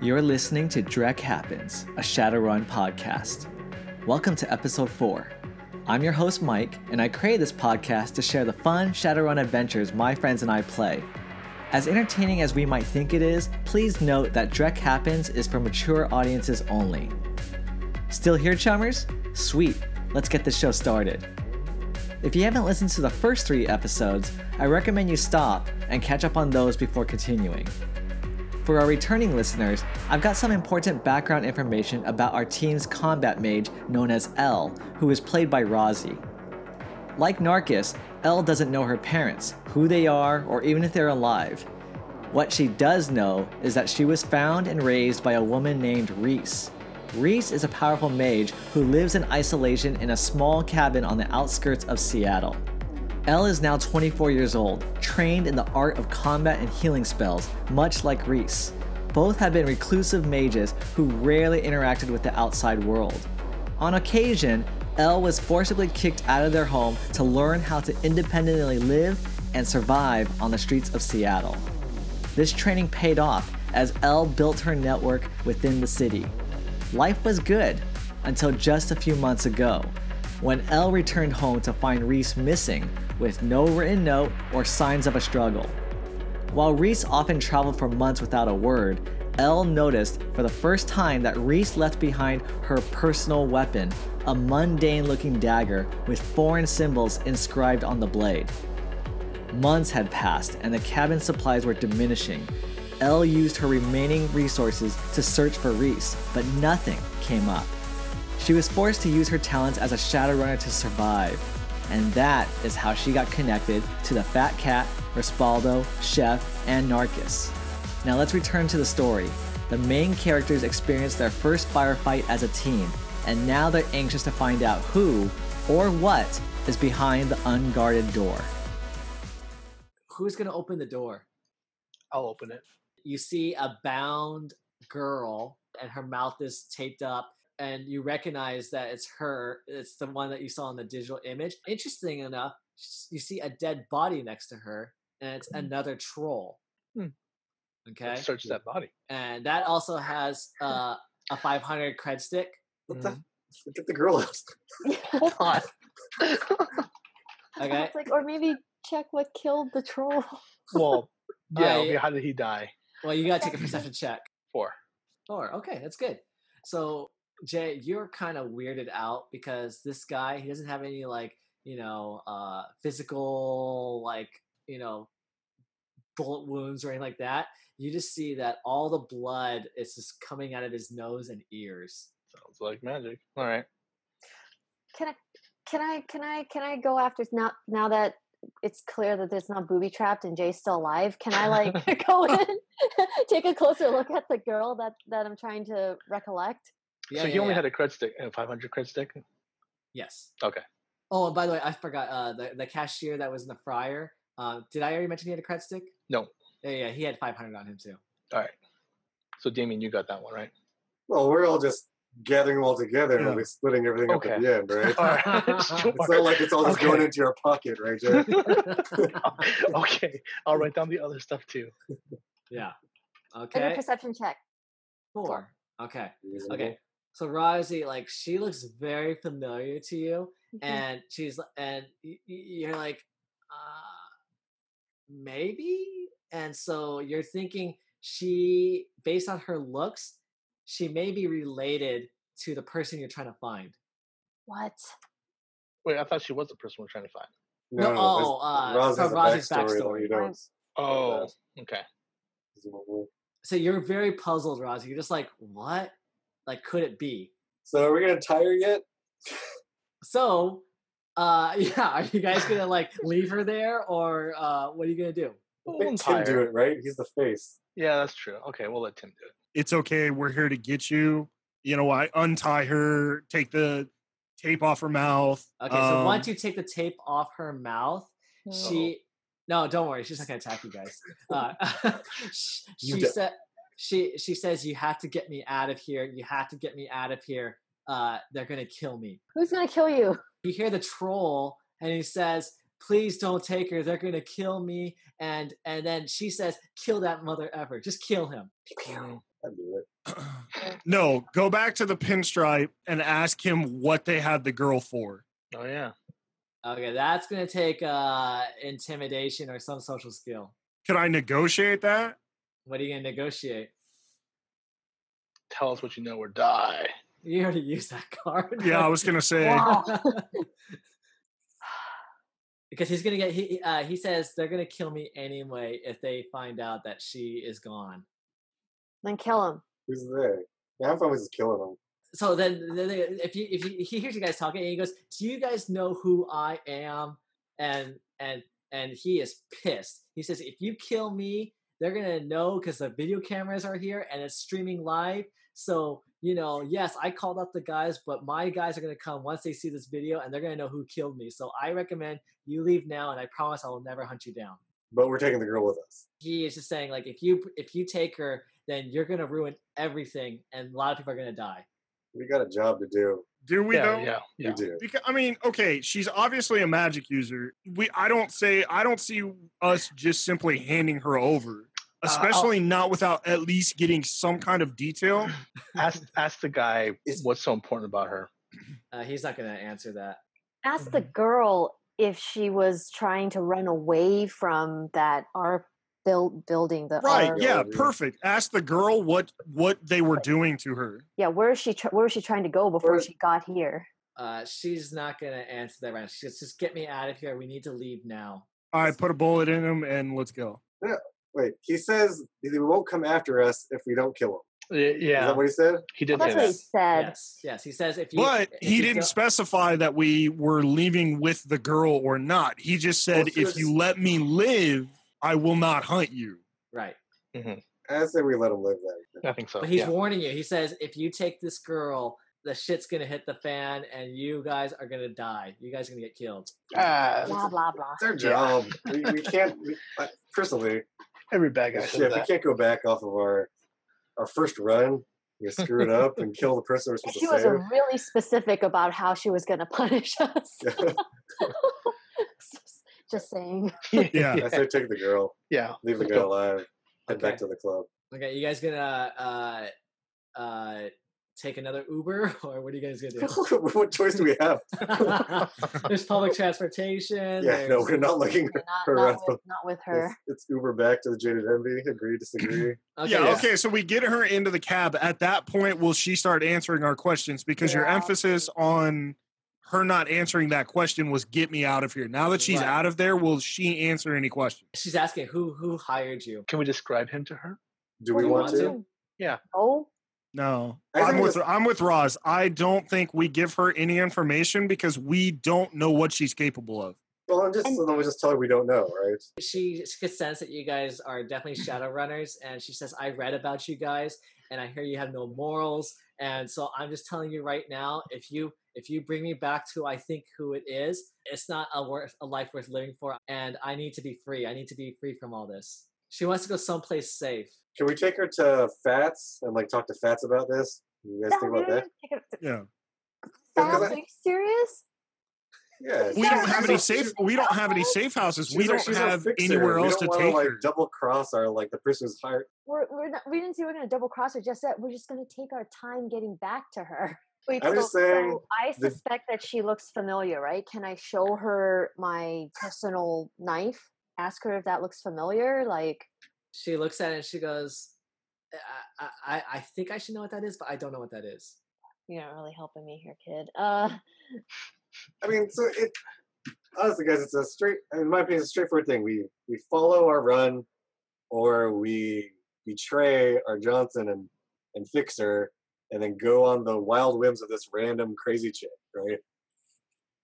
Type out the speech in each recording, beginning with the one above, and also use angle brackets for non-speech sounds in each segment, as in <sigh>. You're listening to Drek Happens, a Shadowrun podcast. Welcome to episode 4. I'm your host, Mike, and I created this podcast to share the fun Shadowrun adventures my friends and I play. As entertaining as we might think it is, please note that Drek Happens is for mature audiences only. Still here, chummers? Sweet, let's get this show started. If you haven't listened to the first three episodes, I recommend you stop and catch up on those before continuing. For our returning listeners, I've got some important background information about our team's combat mage known as L, who is played by Razi. Like Narcus, Elle doesn't know her parents, who they are, or even if they're alive. What she does know is that she was found and raised by a woman named Reese. Reese is a powerful mage who lives in isolation in a small cabin on the outskirts of Seattle. Elle is now 24 years old, trained in the art of combat and healing spells, much like Reese. Both have been reclusive mages who rarely interacted with the outside world. On occasion, Elle was forcibly kicked out of their home to learn how to independently live and survive on the streets of Seattle. This training paid off as Elle built her network within the city. Life was good until just a few months ago when Elle returned home to find Reese missing with no written note or signs of a struggle. While Reese often traveled for months without a word, Elle noticed for the first time that Reese left behind her personal weapon, a mundane looking dagger with foreign symbols inscribed on the blade. Months had passed and the cabin supplies were diminishing. Elle used her remaining resources to search for Reese, but nothing came up. She was forced to use her talents as a Shadowrunner to survive. And that is how she got connected to the Fat Cat, Respaldo, Chef, and Narcus. Now let's return to the story. The main characters experienced their first firefight as a team, and now they're anxious to find out who or what is behind the unguarded door. Who's gonna open the door? I'll open it. you see a bound girl and her mouth is taped up and you recognize that it's her it's the one that you saw in the digital image interesting enough s- you see a dead body next to her and it's another troll Hmm. okay Let's search that body. and that also has uh, a 500 cred stick What the? Look at the girl out. Hold on. <laughs> okay It's like, or maybe check what killed the troll. <laughs> Well, yeah. I- okay, how did he die? well you gotta take a perception check Four. Four. Okay, that's good. So Jay, you're kind of weirded out because this guy he doesn't have any like you know uh, physical like you know bullet wounds or anything like that. You just see that all the blood is just coming out of his nose and ears. Sounds like magic. All right. Can I? Can I? Can I? Can I go after now? Now that it's clear that there's not booby trapped and Jay's still alive, can I <laughs> like go in, take a closer look at the girl that that I'm trying to recollect? so he only had a cred stick, a 500 cred stick. yes. Okay. Oh, and by the way, I forgot uh, the the cashier that was in the fryer. Uh, did I already mention he had a cred stick? No. Yeah, yeah, he had 500 on him <laughs> too. <laughs> All right. So Damien, you got that one right. Well, we're all just gathering all together and Yeah. we'll be splitting everything up <laughs> at Okay. the end, right? All right. Sure. <laughs> It's not like it's all just going Okay. into your pocket, <laughs> right, Jay? okay. I'll write down the other stuff too. Yeah. And Okay. a perception check. Four. Okay. Reasonable. Okay. So Rosie, like she looks very familiar to you, Mm. and she's l- and y- y- you're like, uh, maybe. And so you're thinking she, based on her looks, she may be related to the person you're trying to find. What? Wait, I thought she was the person we're trying to find. No, this- oh, uh, Roz from has a Roz's backstory that backstory. we don't. Oh. Okay. Reasonable. So you're very puzzled, Rosie. You're just like, what? Like, could it be? So are we gonna tire yet? So, uh, <laughs> yeah. Are you guys gonna like leave her there, or uh, what are you gonna do? Well, Let I'm Tim do tired. it, right? He's the face. Yeah, that's true. Okay, we'll let Tim do it. it's okay we're here to get you you know i untie her take the tape off her mouth <clears throat> Okay, so um, once you take the tape off her mouth, she no, don't worry, she's not gonna attack you guys. Uh, <laughs> sh- You she don't. said she she says you have to get me out of here. You have to get me out of here. Uh, they're gonna kill me. Who's gonna kill you? You hear the troll, and he says, "Please don't take her. They're gonna kill me." And and then she says, "Kill that mother ever. Just kill him." Mm. I do it. no, go back to the pinstripe and ask him what they had the girl for. Oh yeah. Okay, that's gonna take uh intimidation or some social skill. Could I negotiate that? What are you gonna negotiate? Tell us what you know or die. <laughs> You already used that card. Yeah, I was <laughs> gonna say. Wow. because he's gonna get he he, uh, he says they're gonna kill me anyway if they find out that she is gone. Then kill him. Who's there? Yeah, I'm always just killing them. So then, then they- if you if you, he hears you guys talking and he goes, "Do you guys know who I am?" and and and he is pissed. He says, "If you kill me, they're gonna know because the video cameras are here and it's streaming live. So you know, yes, I called up the guys, but my guys are gonna come once they see this video and they're gonna know who killed me. So I recommend you leave now, and I promise I will never hunt you down." But we're taking the girl with us. he is just saying like if you if you take her then you're gonna ruin everything and a lot of people are gonna die We got a job to do. Do we yeah, know? yeah, yeah. <laughs> We do. Because I mean, okay, she's obviously a magic user. We I don't say I don't see us just simply handing her over, Uh, I'll- especially not without at least getting some kind of detail. Ask ask the guy Is- what's so important about her. uh, he's not gonna answer that Ask the girl if she was trying to run away from that R build building. The Right? R- Yeah, Yeah. perfect. Ask the girl what what they were doing to her. yeah. Where is she? Tr- where is she trying to go before Where- she got here? uh, she's not gonna answer that right now. she goes just get me out of here we need to leave now I put a bullet in him and let's go. Wait, he says they won't come after us if we don't kill him. Y- Is Yeah, that what he said? he did say Well, that's what he that. said. yes yes he says if you But if he you didn't go- specify that we were leaving with the girl or not. He just said, Well, "If you sis- let me live, I will not hunt you." right I say we let him live then. I think so. Oh, but he's yeah. warning you he says if you take this girl the shit's gonna hit the fan and you guys are gonna die you guys are gonna get killed Ah, Blah blah blah. It's our job. we, we can't. We, I- personally, every bad guy shit, says we that. can't go back off of our our first run. We screw it up and kill the person we're And supposed she to was save. really specific about how she was going to <laughs> punish us. <laughs> Just- <laughs> Just saying. <laughs> Yeah. I say take the girl, yeah. leave the Let's guy go. alive, head Okay. back to the club. <laughs> okay you guys gonna uh uh take another uber <laughs> or what are you guys gonna <laughs> do what choice do we have? there's public transportation. Yeah, no, there's- we're not looking Not, Her not, wrath. with, not with her. It's, it's Uber back to the jaded envy. Agree, disagree. Okay, yeah, yeah. okay. So we get her into the cab. At that point, will she start answering our questions? Because your Yeah. emphasis on her not answering that question was get me out of here. Now that she's Right. out of there, will she answer any questions? She's asking who who hired you. Can we describe him to her? <laughs> Do we you want want to? to? Yeah. Oh, No. I I'm think with this- I'm with Roz. I don't think we give her any information because we don't know what she's capable of. Well, I'm just And- so then we just tell her we don't know, right? She, she could sense that you guys are definitely shadow runners, and she says, "I read about you guys, and I hear you have no morals, and so I'm just telling you right now, if you." If you bring me back to I think who it is, it's not a worth a life worth living for, and I need to be free. I need to be free from all this. She wants to go someplace safe. Can we take her to Fats and like talk to Fats about this? You guys think about that? Yeah. Fats, Because I- are you serious? Yeah. We Yeah, don't have she's any a- safe she's- we don't have any safe houses. she's We our- don't she's our have fixer. anywhere We else to don't wanna, take like her. double cross our like the person who's hired. We're, we're not, we didn't say we're going to double cross her just yet. We're just going to take our time getting back to her. <laughs> Wait, I'm just saying I the- suspect that she looks familiar, right? Can I show her my personal knife? Ask her if that looks familiar. Like, she looks at it and she goes, I, I, I- I think I should know what that is, but I don't know what that is. you're not really helping me here, kid. Uh, I mean, so it honestly, guys, it's a straight. I mean, in my opinion, it's a straightforward thing. We we follow our run, or we betray our Johnson and and Fixer, and then go on the wild whims of this random crazy chick, right?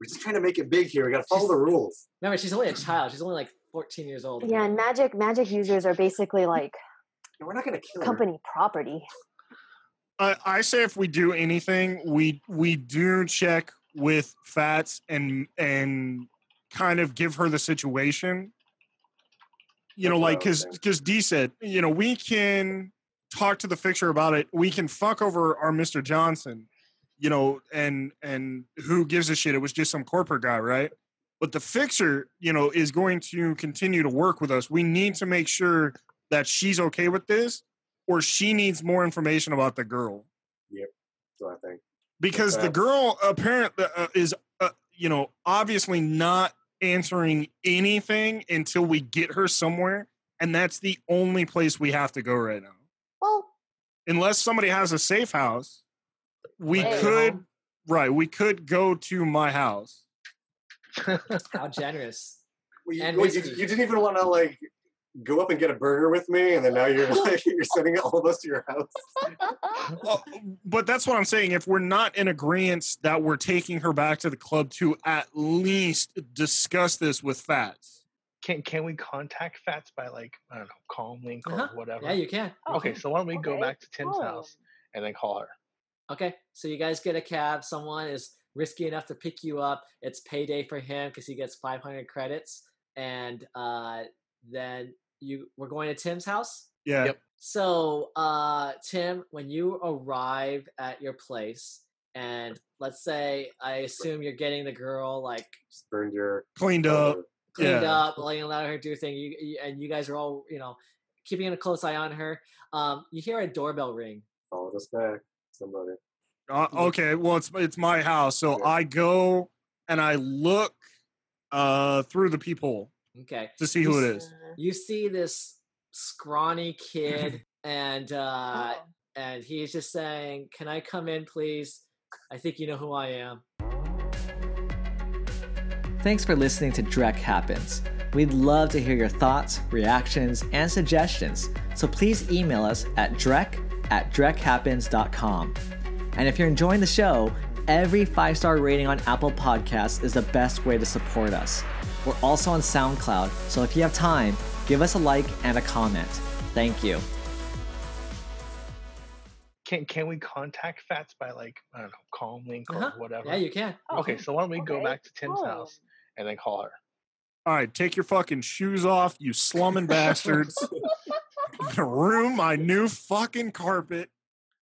We're just trying to make it big here. We got to follow the rules. Remember, she's only a child. She's only like 14 years old. yeah, and magic magic users are basically like And we're not going to kill her. company property. I, I say if we do anything, we we do check with Fats and and kind of give her the situation. You know, That's what like I was because thinking. because D said, you know, we can talk to the fixer about it. We can fuck over our Mister Johnson, you know, and and who gives a shit? It was just some corporate guy, right? But the fixer, you know, is going to continue to work with us. We need to make sure that she's okay with this, or she needs more information about the girl So I think because the Perhaps. girl apparently uh, is uh, you know obviously not answering anything until we get her somewhere and that's the only place we have to go right now Well, unless somebody has a safe house we Hey. could right we could go to my house How generous. well, you, And well, you- whiskey. you didn't even want to like go up and get a burger with me, and then now you're <laughs> like you're sending all of us to your house. Well, Uh, but that's what i'm saying if we're not in agreement that we're taking her back to the club to at least discuss this with fats Can can we contact Fats by like I don't know, call him link or Uh-huh. whatever? Yeah, you can. You okay, can. so why don't we go Okay, back to Tim's cool. house and then call her? Okay, so you guys get a cab. Someone is risky enough to pick you up. It's payday for him because he gets 500 credits. And uh, then you we're going to Tim's house. yeah Yep. So, uh, Tim, when you arrive at your place, and let's say I assume you're getting the girl like Just burned your cleaned up cleaned Yeah. up, letting allowing her to do her thing, you, you, and you guys are all you know keeping a close eye on her. Um, you hear a doorbell ring. followed us back. Somebody. Uh, okay, well it's it's my house, so Yeah. I go and I look uh through the peephole Okay, to see who <laughs> it is. Uh, you see this scrawny kid and uh oh. and he's just saying can i come in please i think you know who i am thanks for listening to drek happens we'd love to hear your thoughts reactions and suggestions so please email us at drek at drekhappens.com and if you're enjoying the show every five-star rating on apple podcasts is the best way to support us we're also on SoundCloud, so if you have time, give us a like and a comment. Thank you. Can can we contact Fats by like I don't know, call him link Uh-huh. or whatever? Yeah, you can. You okay, can. so why don't we go Okay, back to Tim's cool. house and then call her? All right, take your fucking shoes off, you slumming bastards. I'm gonna room my new fucking carpet